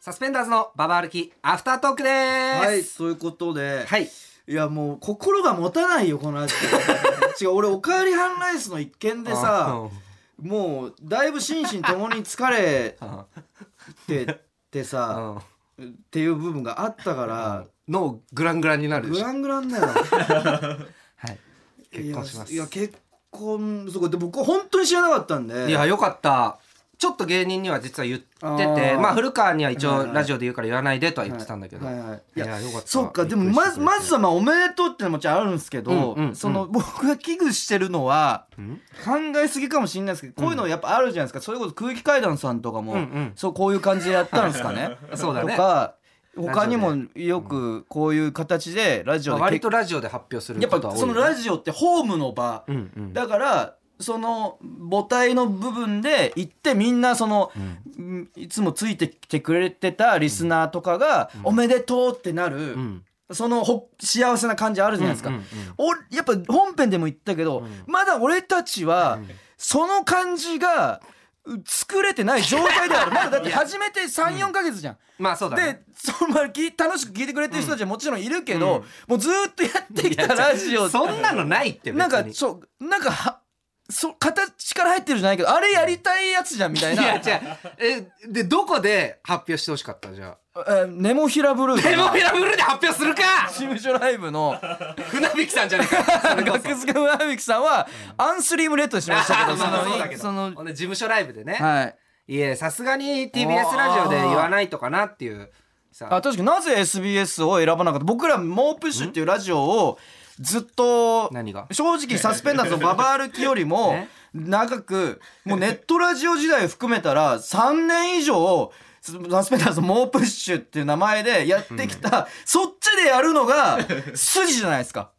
サスペンダーズのババ歩きアフタートークではいす。ということで、はい。いやもう心が持たないよ このラジオ違う俺「おかえりハンライス」の一件でさもうだいぶ心身ともに疲れあ、てってさ あ、っていう部分があったから脳グラングランになるでグしょ。ラングランだよはい。 結婚します。いやいや結婚そこで僕本当に知らなかったんでいやよかったちょっと芸人には実は言ってあてーまあ古川には一はい応はいラジオで言うから言わないでとは言ってたんだけど、はいいはいはいいややよかったそっかでもまずまずはまあおめでとうってのもちろんあるんですけど、うんうんうんその僕が危惧してるのはうん考えすぎかもしれないですけどこういうのやっぱあるじゃないですか、それこそ空気階段さんとかも、うんうんそうこういう感じでやったんですか ねそうだねとか他にもよくこういう形でラジまオあで割結とラジオで発表するやっことはぱ多いそのラジオってホームの場、オうんうんだからその母体の部分で行ってみんなその、うんいつもついてきてくれてたリスナーとかが「おめでとう」ってなる、んそのほ幸せな感じあるじゃないですか、うんうんうんおやっぱ本編でも言ったけど、まだ俺たちはその感じがう作れてない状態であるまだだって始めて34か月じゃん。まあそうだねでそのまあき楽しく聞いてくれてる人たちはもちろんいるけど、もうずーっとやってきたラジオそんなのないって別になんかそうなんかはそ形から入ってるじゃないけどあれやりたいやつじゃんみたいいなや違うえでどこで発表してほしかったじゃえーネモヒラブルーあかエモなフィラブルーで発表するか事務所ライブの 船引さんじゃねえかそれこ学付け村きさんはアンスリームレッドにしましたけ どまあまあそうだそけのどそのそ事務所ライブでね、はいい、えさすがに TBS ラジオで言わないとかなっていうさあ確かになぜ SBS を選ばなかった僕ら「モープッシュ」っていうラジオをずっと何が正直サスペンダーズのババ歩きよりもね長くもうネットラジオ時代含めたら3年以上サスペンダーズの「モープッシュ」っていう名前でやってきた、そっちでやるのが筋じゃないですか。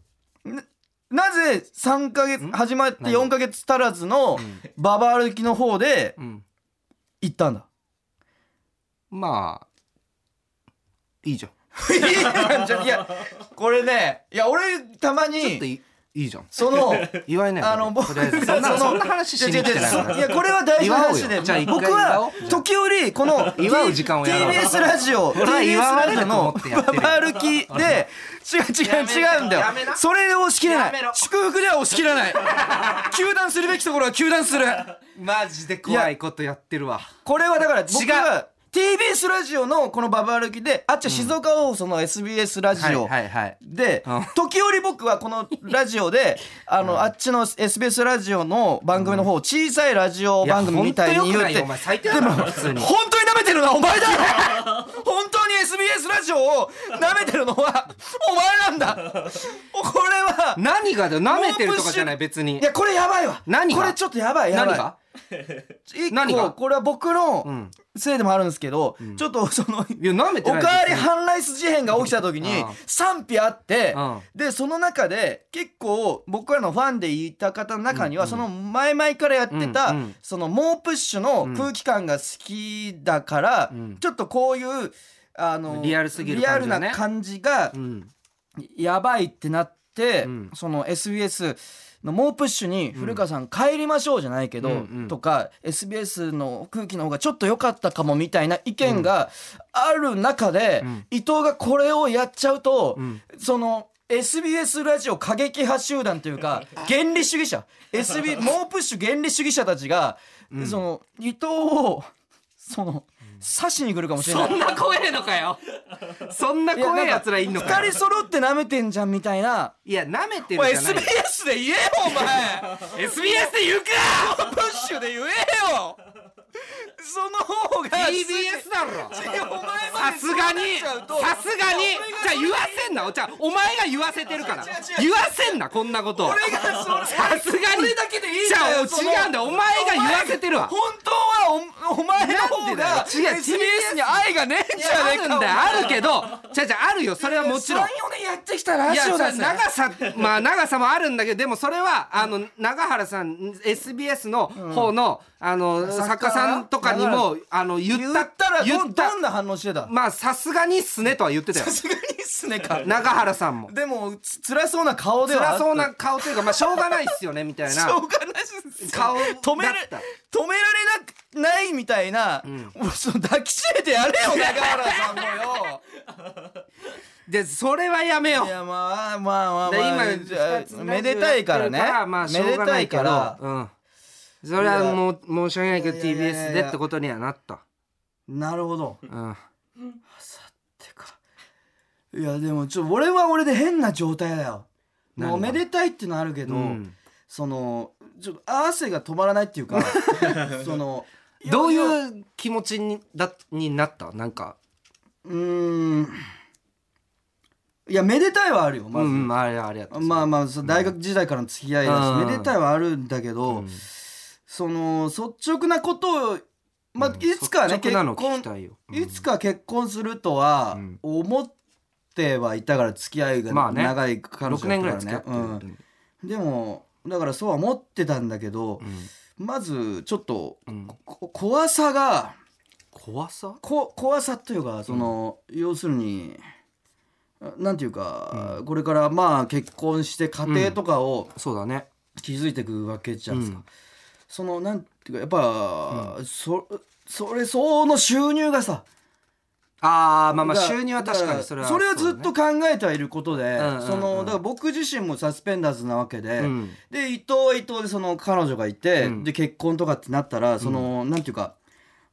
ななぜ3ヶ月始まって4ヶ月足らずのババ歩きの方でうん行ったんだまあ いいじゃんいやいやこれねいや俺たまにちょっといいいいじゃんその言われないあの僕とりあえずそんなそのそんな話しに来てないからいやこれは大事な話祝おうでよじゃあ一回僕祝おはう時折この T- 祝う時間をやろう TBS ラ ジオ TBS は祝わラれジるオと思のってやってるよバ歩きで違う違う違うんだよやめなそれを押し切れなやいめろ祝福では押し切れない 糾弾するべきところは糾弾するマジで怖いことやってるわこれはだから違僕うは TBS ラジオのこのババ歩きであっちゃ静岡放送の SBS ラはジいオはいはいでうん時折僕はこのラジオであのあっちの SBS ラジオの番組の方を小さいラジオ番組みたいに言や本当良くなっいよてお前最低だな普通に本当に舐めてるのはお前だ本当に SBS ラジオを舐めてるのはお前なんだこれは何がだよ舐めてるとかじゃないモープ別にいやこれやばいわ何がこれちょっとやばいやば何いが一何個がこれは僕うのんせいでもあるんですけど、ちょっとそのいや舐めておないかわりハンライス事変が起きた時にうん賛否あって、うんでその中で結構僕らのファンでいた方の中には、その前々からやってた、うんうんその猛プッシュの空気感が好きだから、うんちょっとこういうあのリアルすぎる感じリアだねルな感じがうんやばいってなって、うんその SBS の猛プッシュに古川さん帰りましょうじゃないけど、うんうんとか SBS の空気の方がちょっと良かったかもみたいな意見がある中で、うん伊藤がこれをやっちゃうと、うんその SBS ラジオ過激派集団とい うか原理主義者 SB 猛プッシュ原理主義者たちが、その伊藤をその刺しに来るかもしれないそ。んな怖えのかよそんないや怖えやつらいんのか二よ人揃って舐めてんじゃんみたいな。いや舐めておる前じゃない SBS で言えよお前 SBS で言うかプッシュで言えよその方が TBS だろお前まさですがにそうなっちゃうとさすがにじゃあ俺が言わせんなお茶お前が言わせてるから違う違う違言わせんなこんなことを俺がそれさすがに俺だけでいいんだよそじのゃあ違うんだよお前が言わせてるわ本当はおお前のな方んでだよが違う SBS に愛がねえんじゃあねえるかんだよあるけどじゃあじゃああるよそれはもちろん34年やってきたラいやジそオれだはぜ長さまあ長さもあるんだけどでもそれはあの永原さん SBS の方のあの作家作家さんとかにもあの言言っったたら言どったどんな反応してたまあさすがにっすねとは言ってたよさすがにっすねか永原さんもでもつ辛そうな顔では辛あったそうな顔というかまあしょうがないっすよねみたいしなょうがないです顔止めらだれった止められないみたいな、もうその抱きしめてやれよ、中原さんもよ。でそれはやめよいうや、まあまあまあ、でま今あ二つじゃあ、ラジオめでたいからやってるね。まあしめょうでがなたいいけかどら、うん、それはもう申し訳ないけどいやいやいやいや TBS でってことにはなった、なるほど。うん、てかいやでもちょ俺は俺で変な状態だよ何もがうおめでたいってのあるけど、うんそのちょっと汗が止まらないっていう かそのどうういう気持ちにだになったなんか、うーんいやめでたいはあるよまうず、んうんあれあれやったまあまあそう大学時代からの付き合いだし、うんめでたいはあるんだけど、うんその率直なことをまあ、いつかはね率結直なの聞き婚たいよ、うんいつか結婚するとはうん思ってはいたから付き合いまがあね長い彼女6だ年っぐらいた付かき合らってねる、うんでもだからそうは思ってたんだけどう、んまずちょっとうんこ怖さが怖さこ怖さというかその、要するになんていうか、これからまあ結婚して家庭とかをそうだね築いていくわけじゃないですか、うんそのなんていうかやっぱ、そそれ相応の収入がさ、ああまあまあだ収入は確かにそれはだからそれはずっとう考えてはいることで、んうんうんそのだから僕自身もサスペンダーズなわけで、だねうんで伊藤は伊藤でその彼女がいて、うんで結婚とかってなったらその、なんていうか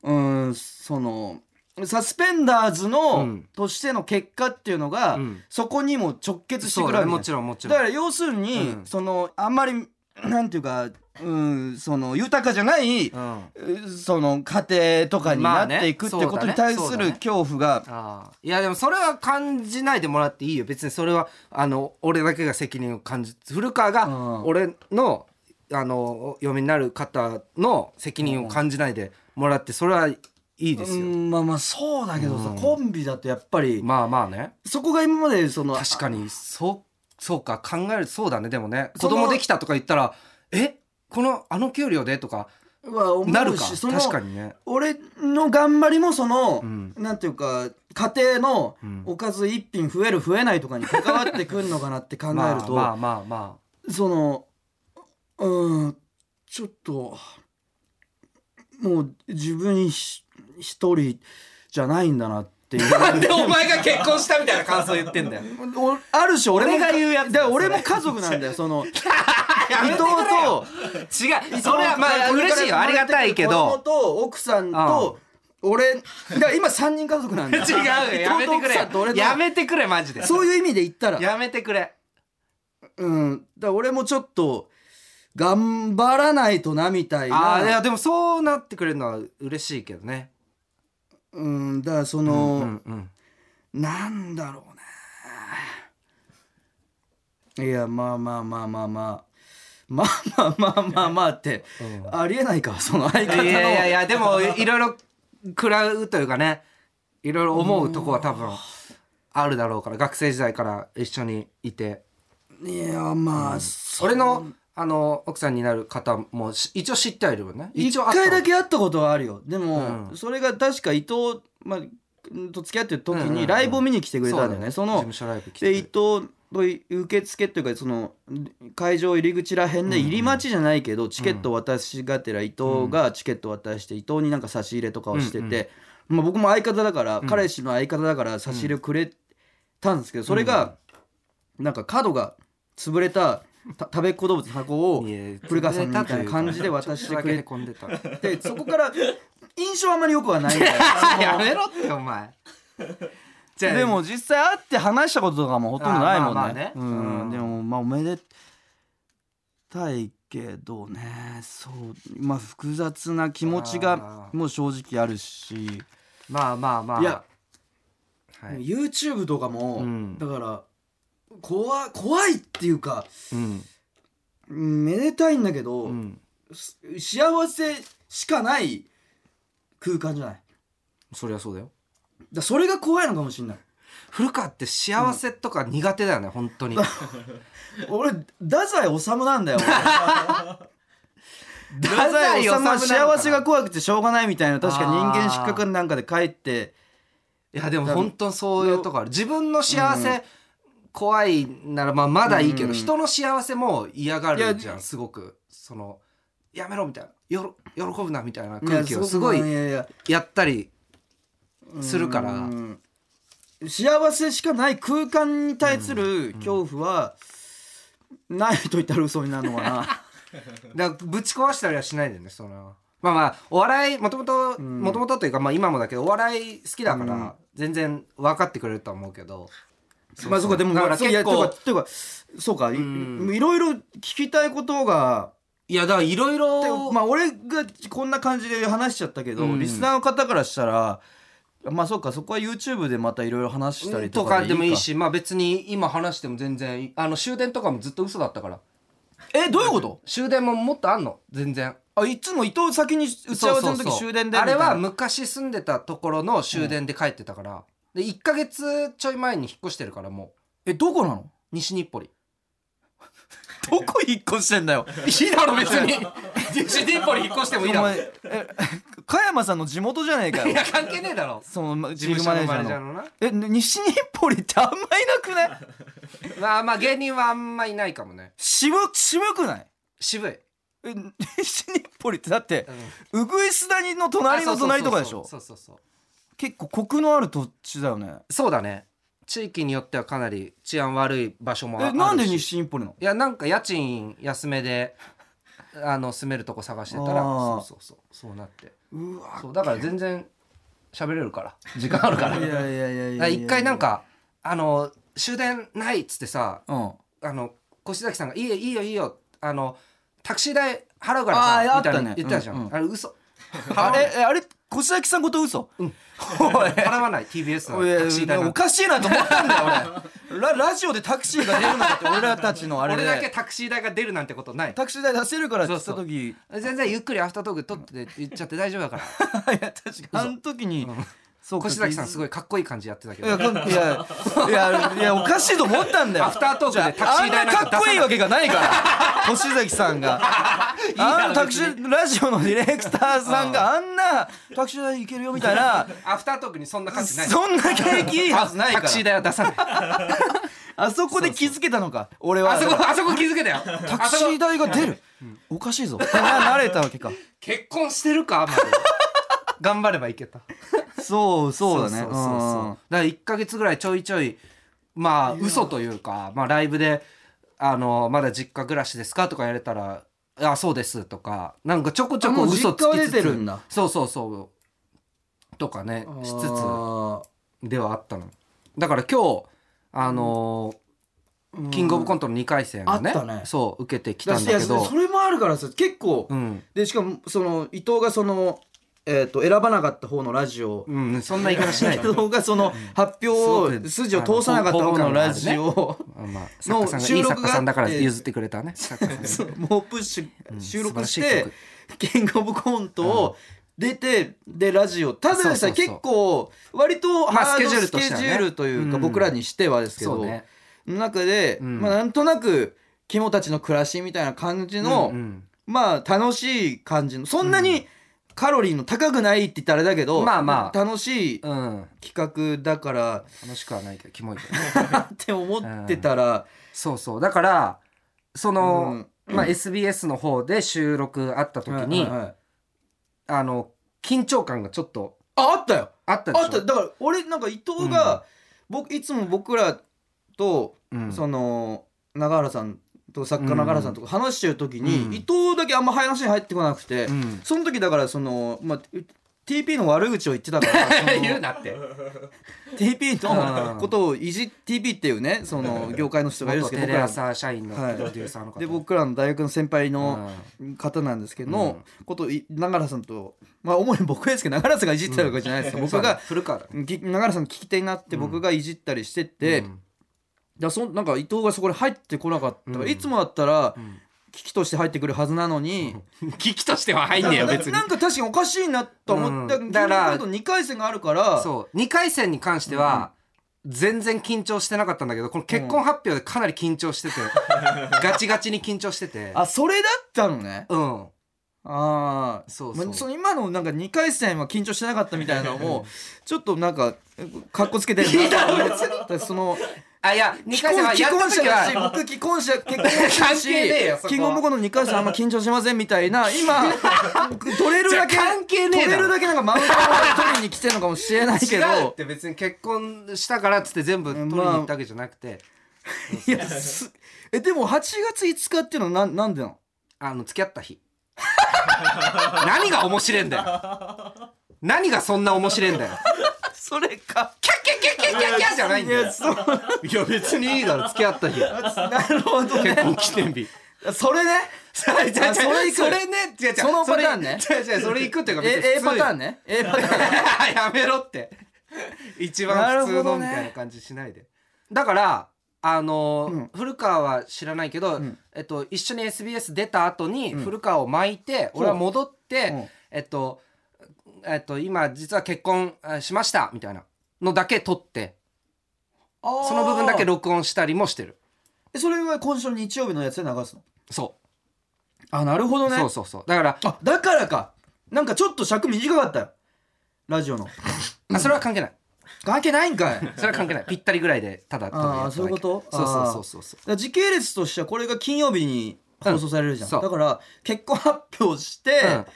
うーんそのサスペンダーズの、うんとしての結果っていうのが、うんそこにも直結してそくうるだわねけじゃもんちろんもちろだんから要するに、うんそのあんまり なんていうかうんその豊かじゃない、うんあその家庭とかになっていくってまあねことに対すそうだねる恐怖があいやでもそれは感じないでもらっていいよ別にそれはあの俺だけが責任を感じ古川うんが俺のあの嫁になる方の責任を感じないでもらってそれはいいですうよんまあまあそうだけどさ、うんコンビだとやっぱり、まあまあねそこが今までその確かにそうそうか考えるそうだねでもね子その供できたとか言ったらえこのあの給料でとかは思うしなるかその確かにね俺の頑張りもその、うんなんていうか家庭のうんおかず一品増える増えないとかに関わってくんのかなって考えると、まあまあまあまそのうんちょっともう自分ひ一人じゃないんだなっていうあなんでお前が結婚したみたいな感想言ってんだよ おある種俺も俺が言うやつだから俺も家族なんだよ その伊藤伊と違うそれはまあこれ嬉からしいよありがたいけ子供どと奥さんと俺だから今3人家族なんだ 違ようよやめてく伊藤と奥さんと俺れとやめてくれマジでそういう意味で言ったらやめてくれうんだから俺もちょっと頑張らないとなみたいああいなやでもそうなってくれるのは嬉しいけどねうんだからそうの、んうんうんなんだろうねいやまあまあまあまあまあまあまあまあまあまあって、ありえないかその相方のいやいやい やでもいろいろ食らうというかねいろいろ思うとこは多分あるだろうから学生時代から一緒にいていやまあ、そ俺のあの奥さんになる方もし一応知ってはいるもんね一一応あった回だけ会ったことはあるよでも、うんそれが確か伊藤、まあ、と付き合ってる時うんうんうにんライブを見に来てくれたんだよね、そそうだの事務所ライブ来でて伊藤の受付というかその会場入り口らへんで入り待ちじゃないけどチケット渡しがてら伊藤がチケット渡して伊藤になんか差し入れとかをしててまあ僕も相方だから彼氏の相方だから差し入れをくれたんですけどそれがなんか角が潰れたた食べっ子動物の箱を古川さんみたいな感じで渡してくれ込んでたてそこから印象あんまり良くはないんだよやめろってお前 じゃあでも実際会って話したこととかもほとんどないもんね,、あーまあまあねうんうんでもまあおめでたいけどねそうまあ複雑な気持ちがあーもう正直あるし、まあまあまあいや、はい、 YouTube とかも、うんだから怖怖いっていうかうんうんめでたいんだけど、うんす幸せしかない空間じゃないだかそりゃそうだよらそれが怖いのかもしれない古川って幸せとか苦手だよね、本当に俺太宰治な んだよ俺太宰治治なのかはな幸せが怖くてしょうがないみたいな確か人間失格なんかで帰っていやでも本当にそういうとこある自分の幸せ、怖いならまあまだいいけど、うん人の幸せも嫌がいやるじゃんすごくそのやめろみたいなよろ喜ぶなみたいないや空気をすごいややややったりするからうん幸せしかない空間に対する恐怖はないと言ったら嘘になるのかなだからぶち壊したりはしないでねそのまあまあお笑いもともとんもともとというかまあ今もだけどお笑い好きだかうんら全然分かってくれるとは思うけどまあそうかでもだからまあそうい結やという構かというかそうかいんいろいろ聞きたいことがいやだからいろいでろまあ俺がこんな感じで話しちゃったけど、うんリスナーの方からしたらまあそうかそこは YouTube でまたいろいろ話したりととかかでもいいしまあ別に今話しても全然いいあの終電とかもずっと嘘だったからえどういうこと終電ももっとあんの全然あいつも伊藤先に打ち合わせの時終電であみたいなれは昔住んでたところの終電で帰ってたから、で1か月ちょい前に引っ越してるからもえどこなのう西日暮里どこ引っ越してんだよいいだろ別に 西日暮里引っ越してもいいだおろ前え加山さんの地元じゃねえかいよや関係ねえだろその事チー務所ムマのマネネージャーージャーののなえ西日暮里ってあんまいなくないまあまあ芸人はあんまいないかもね渋渋くない渋い、うえ西日暮里ってだってんうぐいす谷の隣の隣とかでしょそうそうそうそうそうそう結構コクのある土地だよねそうだね地域によってはかなり治安悪い場所もあえるしなんで西日暮里なのいやなんか家賃安めで あの住めるとこ探してたらあーそうそうそうそうなってうわそうだから全然喋れるから時間ある からいやいやいやいやいだからや一回なんかあの終電ないっつってさうんああの越崎さんが「いいよいいよいいよ」あのタクシー代払うからあーさあみったたいねな言ってたじゃん、うんうんあれ嘘れえあれ越崎さんごと嘘うんおい払わない TBS いやのタクシー代おかしいなと思ったんだよ 俺ララジオでタクシーが出るなんて俺らたちのあれ俺だけでタクシー代が出るなんてことないタクシー代出せるからって言った時全然ゆっくりアフタートーク撮って言っちゃって大丈夫だからいや確かにあの時にそうか越崎さんすごいかっこいい感じやってたけいやどこんいやいやい やおかしいと思ったんだよアフタートークでタクシー代あんななんか出さないかっこいいわけがないから星崎さんがあのタクシーラジオのディレクターさんがあんなタクシー代いけるよみた いなアフタートークにそんな価値ないそんな景気いいはずないタかクらシー代は出さないあそこで気づけたのか俺はあそこあそこ気づけたよタクシー代が出るおかしいぞ な慣れたわけか結婚してるかまだ頑張ればいけたそうそうだねそうそうそううんだから1か月ぐらいちょいちょいまあ嘘というか、まあ、ライブであの「まだ実家暮らしですか?」とかやれたら「あそうです」とかなんかちょこちょこあもう嘘つき実家はつ出つてるんだそうそうそうとかねしつあつではあったのだから今日あのーキングオブコントの2回戦をね,、あったねそう受けてきーたんだけいやどそれもあるからさ結構うん、でしかもその伊藤がその、えー、と選ばなかった方のラジ オうん、そんな言い方しない伊よ藤がその発す表ごをく筋を通さなかった方のラジオまあまあ、作家さんが収いい録作が家さんだからえー譲ってくれたね。作家さんが そうもうプッシュ収録して素晴らしい「キングオブコント」を出てでラジオただでさえそうそう結そう構割とまあハードスケジュールスとケしジてはねュールというかうん僕らにしてはですけそうどね。の中でうんまあなんとなく肝たちの暮らしみたいな感じのうんうんまあ楽しい感じのそんなにカロリーの高くないって言ったらあれだけど、まあまあ楽しいうん、企画だから 楽しくはないけど、キモいけどね。 って思ってたら、そうそう、だから、その、まあ、うん SBS の方で収録あった時に、はいはいはいあの、緊張感がちょっとああったよあったでしあょ。っただから俺なんか伊藤が、僕いつも僕らと、うんその永原さんと作家の永原さんとか話してる時に、うん伊藤だけあんま話に入ってこなく て、うんその時だからその、まあ、TP の悪口を言って たからその言うなって。 TP うのんことをいじ TP っていうねその業界の人がいるんで元すけどテ僕レら朝社員のプはいロデューサーの方。で僕らの大学の先輩うのん方なんですけどのことをい永原さんとまあ主に僕ですけど永原さんがいじってたわけじゃないですけどそう僕だねが古川だね。ぎ永原さんの聞き手になって僕がいじったりしててうだかんらそんなんか伊藤がそこに入ってこなかったからいつもだったら危機として入ってくるはずなのに危機としては入んねえなよ、別にな。んか確かにおかしいなと思ったうんだだかからら2回戦があるからそう2回戦に関しては全然緊張してなかったんだけどこの結婚発表でかなり緊張 しててガチガチに緊張しててあそれだったのねうんああそうそうまあの今のなんか2回戦は緊張してなかったみたいなのもちょっとなんかかっこつけてるなと思ってだからそのあいや2回戦は既やった婚者時だしは僕既婚者結婚してる関係ねえよそこはしキングオブコントの2回戦あんま緊張しませんみたい な今取れるだけじゃあ関係ねえだろ取れるだけなんかマウントを取りに来てるのかもしれないけ違どうって別に結婚したからっつって全部取りに行ったわけじゃなくて、いやすえでも8月5日っていうのはなんなんでなのあの付き合った日 何が面白いんだよ何がそんな面白いんだよそれかキャッキャッキャッキャッキャッキャッじゃないんだよいやそういや別にいいだろ付き合った日なるほど結ね婚記念日それねそれあ それ行くそれね違う違うそのパターンねそれ違う違うそれ行くっていうかえ A パターンねね A パター ンやめろって一番普通のみたいな感じしないで、だからあのーうん古川は知らないけど、んえっと、一緒に SBS 出た後にうん古川を巻いて、ほう俺は戻って、うんえっとえっと今実は結婚あしましたみたいなのだけ撮ってそその部分だけ録音したりもしてるそれは今週の日曜日のやつで流すのそあなるほうどねそうそうそうだからあだからかなんかちょっと尺短かったよラジオのあそれは関係ない関係ないんかいだかそれは関係ないぴったりぐらいでただ撮るやつだけあーそういうことそうあーそうそうそうそうら時系列としてはこれが金曜日に放送されるじゃうん、んそうだから結婚発表して、うん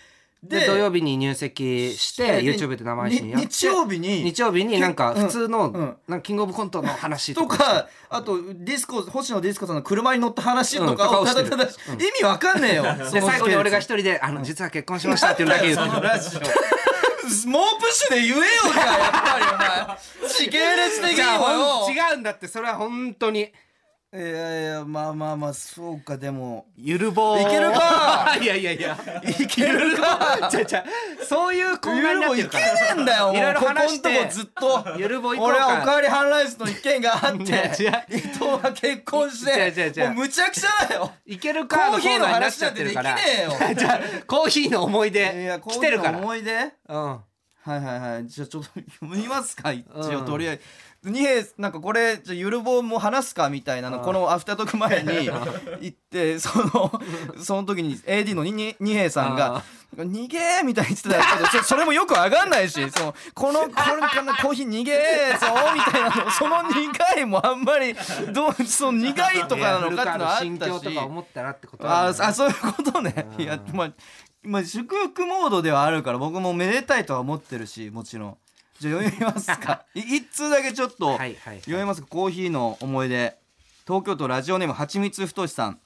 で土曜日に入籍してで YouTube で生配信やってに日曜日に日曜日になんかけうん普通の、んなんかキングオブコントの話ととかかあとディスコ星野ディスコさんの車に乗った話とうんとかかををたしてだるただ、意味わかんねえよそでの最後に俺が一ス人で「あの実は結婚しました」っていうのだけ言ケ ール そのうラジオ猛プッシュで言えよじゃあやっぱりお前時系列的じにゃあもほよん違うんだってそれは本当にいやいやまあまあまあそうかでもゆるぼいけるか いやいやいやいけるかじゃじゃそういうい混乱になっているけかねらえんだよもういろいろ話してここんとこずっとゆるぼ行こう俺かはおかわりハンライスの一件があっていや違う伊藤は結婚し違う違う違てうもうむちゃくちゃだよいけるコかーヒーのコーナになっ話ちゃなんっててるできかねらえよじゃあ コーヒーの思いいや出こう来てるかいうら思い出はいうんはいはいじゃあちょっと読みますか一う応んとりあえず二平なんかこれじゃあゆるぼうも話すかみたいなのうんこのアフタートーク前 に行ってそのその時に AD のにに二平さんが「逃げ!」みたいに言ってたけど そそれもよく上がんないしそのこのこれこのコーヒー逃げーぞみたいなのその苦いもあんまりどうその苦いとかなのかっていうのはあいや古川の心った境としか。思ったらってことあなんーだあそういうことねいやまあ、まあ、祝福モードではあるから僕もめでたいとは思ってるしもちろんじゃあ読みます かい一通だけちょっとはいはいはい読みますかコーヒーの思い出東京都ラジオネームはちみつふとしさん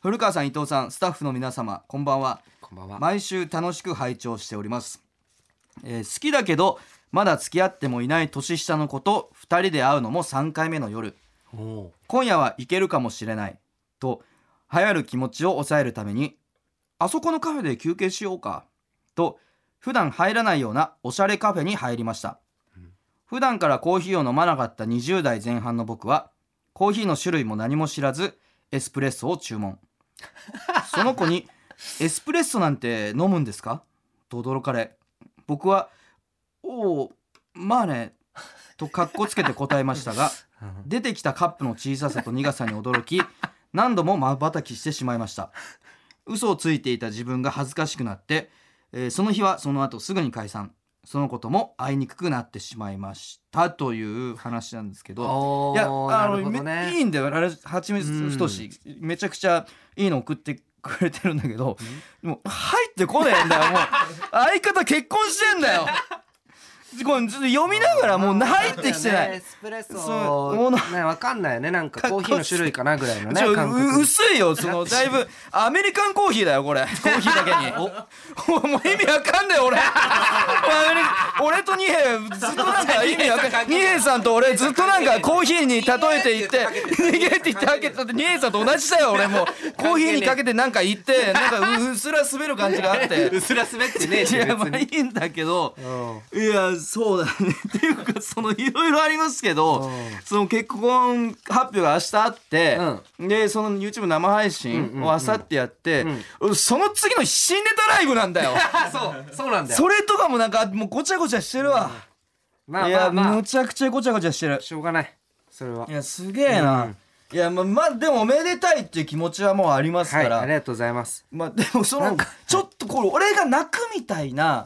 古川さん伊藤さんスタッフの皆様こんばんはこんばんは毎週楽しく拝聴しております、えー好きだけどまだ付き合ってもいない年下の子と2人で会うのも3回目の夜おう今夜はいけるかもしれないと流行る気持ちを抑えるためにあそこのカフェで休憩しようかと普段入らないようなおしゃれカフェに入りました普段からコーヒーを飲まなかった20代前半の僕はコーヒーの種類も何も知らずエスプレッソを注文その子に「エスプレッソなんて飲むんですか?」と驚かれ僕は「おおまあね」とかっこつけて答えましたが出てきたカップの小ささと苦さに 驚き何度もまばたきしてしまいました嘘をついていた自分が恥ずかしくなって、えーその日はその後すぐに解散そのことも会いにくくなってしまいましたという話なんですけどおいーやなあるの、ほどめねいいんだよあれはちみつ太しめちゃくちゃいいの送ってくれてるんだけどもう入ってこねえんだよ もう相方結婚してんだよこれちょっと読みながらもう入ってきてないエスプレッそうソものねわかんないよねなんかコーヒーの種類かなぐらいのねちょ感う覚薄いよそのだい ぶアメリカンコーヒーだよこれコーヒーだ けにおもう意味わかん ない俺俺と二平ずっとなんか意味わかん ない二平さんと俺ずっとなんかコーヒーに例えていって逃げって言ってあげてだって二平さんと同じだよ俺もコーヒーにかけてなんか言ってなんかううっすら滑る感じがあ ってうすら滑ってねえいし別やまあいにいんだけどうんいやそうだねっていうかそのいろいろありますけど、うんその結婚発表が明日あって、でその YouTube 生配うんうん信うんを明後日やって、その次の日新ネタライブなんだよあそうそうなんだよそれとかもなんかもうごちゃごちゃしてるわ、まあいまや、あまむあちゃくちゃごちゃごちゃしてるしょうがないそれはいやすげえな、うんいやまあまあでもおめでたいっていう気持ちはもうありますはかいら、ありがとうございますまあでもそなのんかちょっとこれ俺が泣くみたいな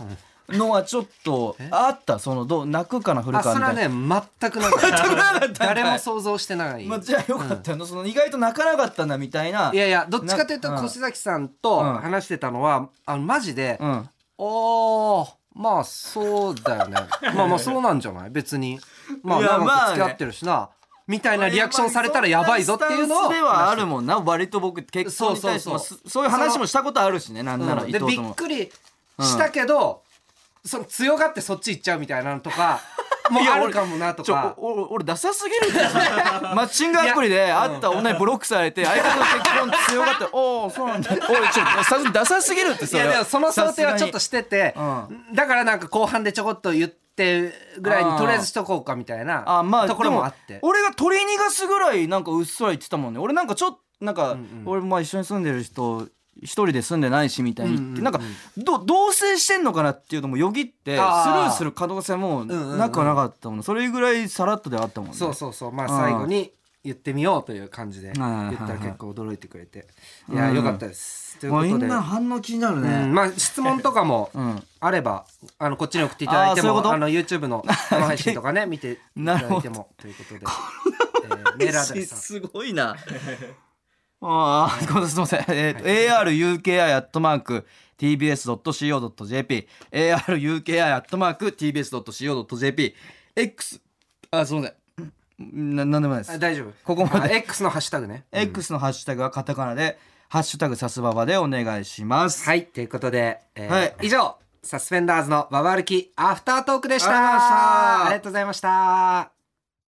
のはちょっとあったそのどう泣くかな振るあかそれみたはいなね全くなかったかった誰も想像してない、まあ、じゃあよかったよ、その意外と泣かなかったんだみたいないやいやどっちかというとなうん越崎さんとうん話してたのは、あのマジで、うん、あおーまあそうだ よねまあまあそうなんじゃない別にまあい長やまあくね付き合ってるしな、みたいなリアクションされたらやばいぞっていうのをではあるもんな割と僕結婚に対してそもうそうそうそそういう話もしたことあるしねなんならうん伊で藤びとっもくりしたけど、その強がってそっち行っちゃうみたいなのと かもうあるかもなとちょかおお俺ダサすぎるんだよ マッチングアプリで会った女にブロックされて相方の結婚強 がって「おおそうなんだ」おいちょっとさすがにダサすぎるっていそれやでもその想定はちょっとしてて、さすがだからなんか後半でちょこっと言ってぐらいにとりあえずしとこうかみたいなあまあところもあってで俺が取り逃がすぐらいなんかうっすら言ってたもんね俺なんかちょっとなんんか、うん俺まあ一緒に住んでる人一人で住んでないしみたいに言っうんて、うんうんなんかど同棲してんのかなっていうのもよぎってスルあーーする可能性もなくはなかったもん、それぐらいさらっとではあったもんねそうそうそうまあ最後に言ってみようという感じで言ったら結構驚いてくれていやうんよかったですというまこあみとんでな反応気になるうんね、まあ質問とかもうんあればあのこっちに送っていただいてあーそういうもことあの YouTube の生配信とかね見ていただいてもということでえーメールアドレスはすごいな。 ああ、ごめんすみません。えっ、と、aruki アットマーク tbs ドット co ドット jp、aruki アットマーク tbs ドット co ドット jp、x あすみません。ななんでもないであす。大丈夫ここまであ X のハッシュタグね x のハッシュタグはカタカナで、ハッシュタグさすばばでお願いします。はいということでえーはい以上サスペンダーズのババ歩きアフタートークでしたありがとうございましたありがとうございました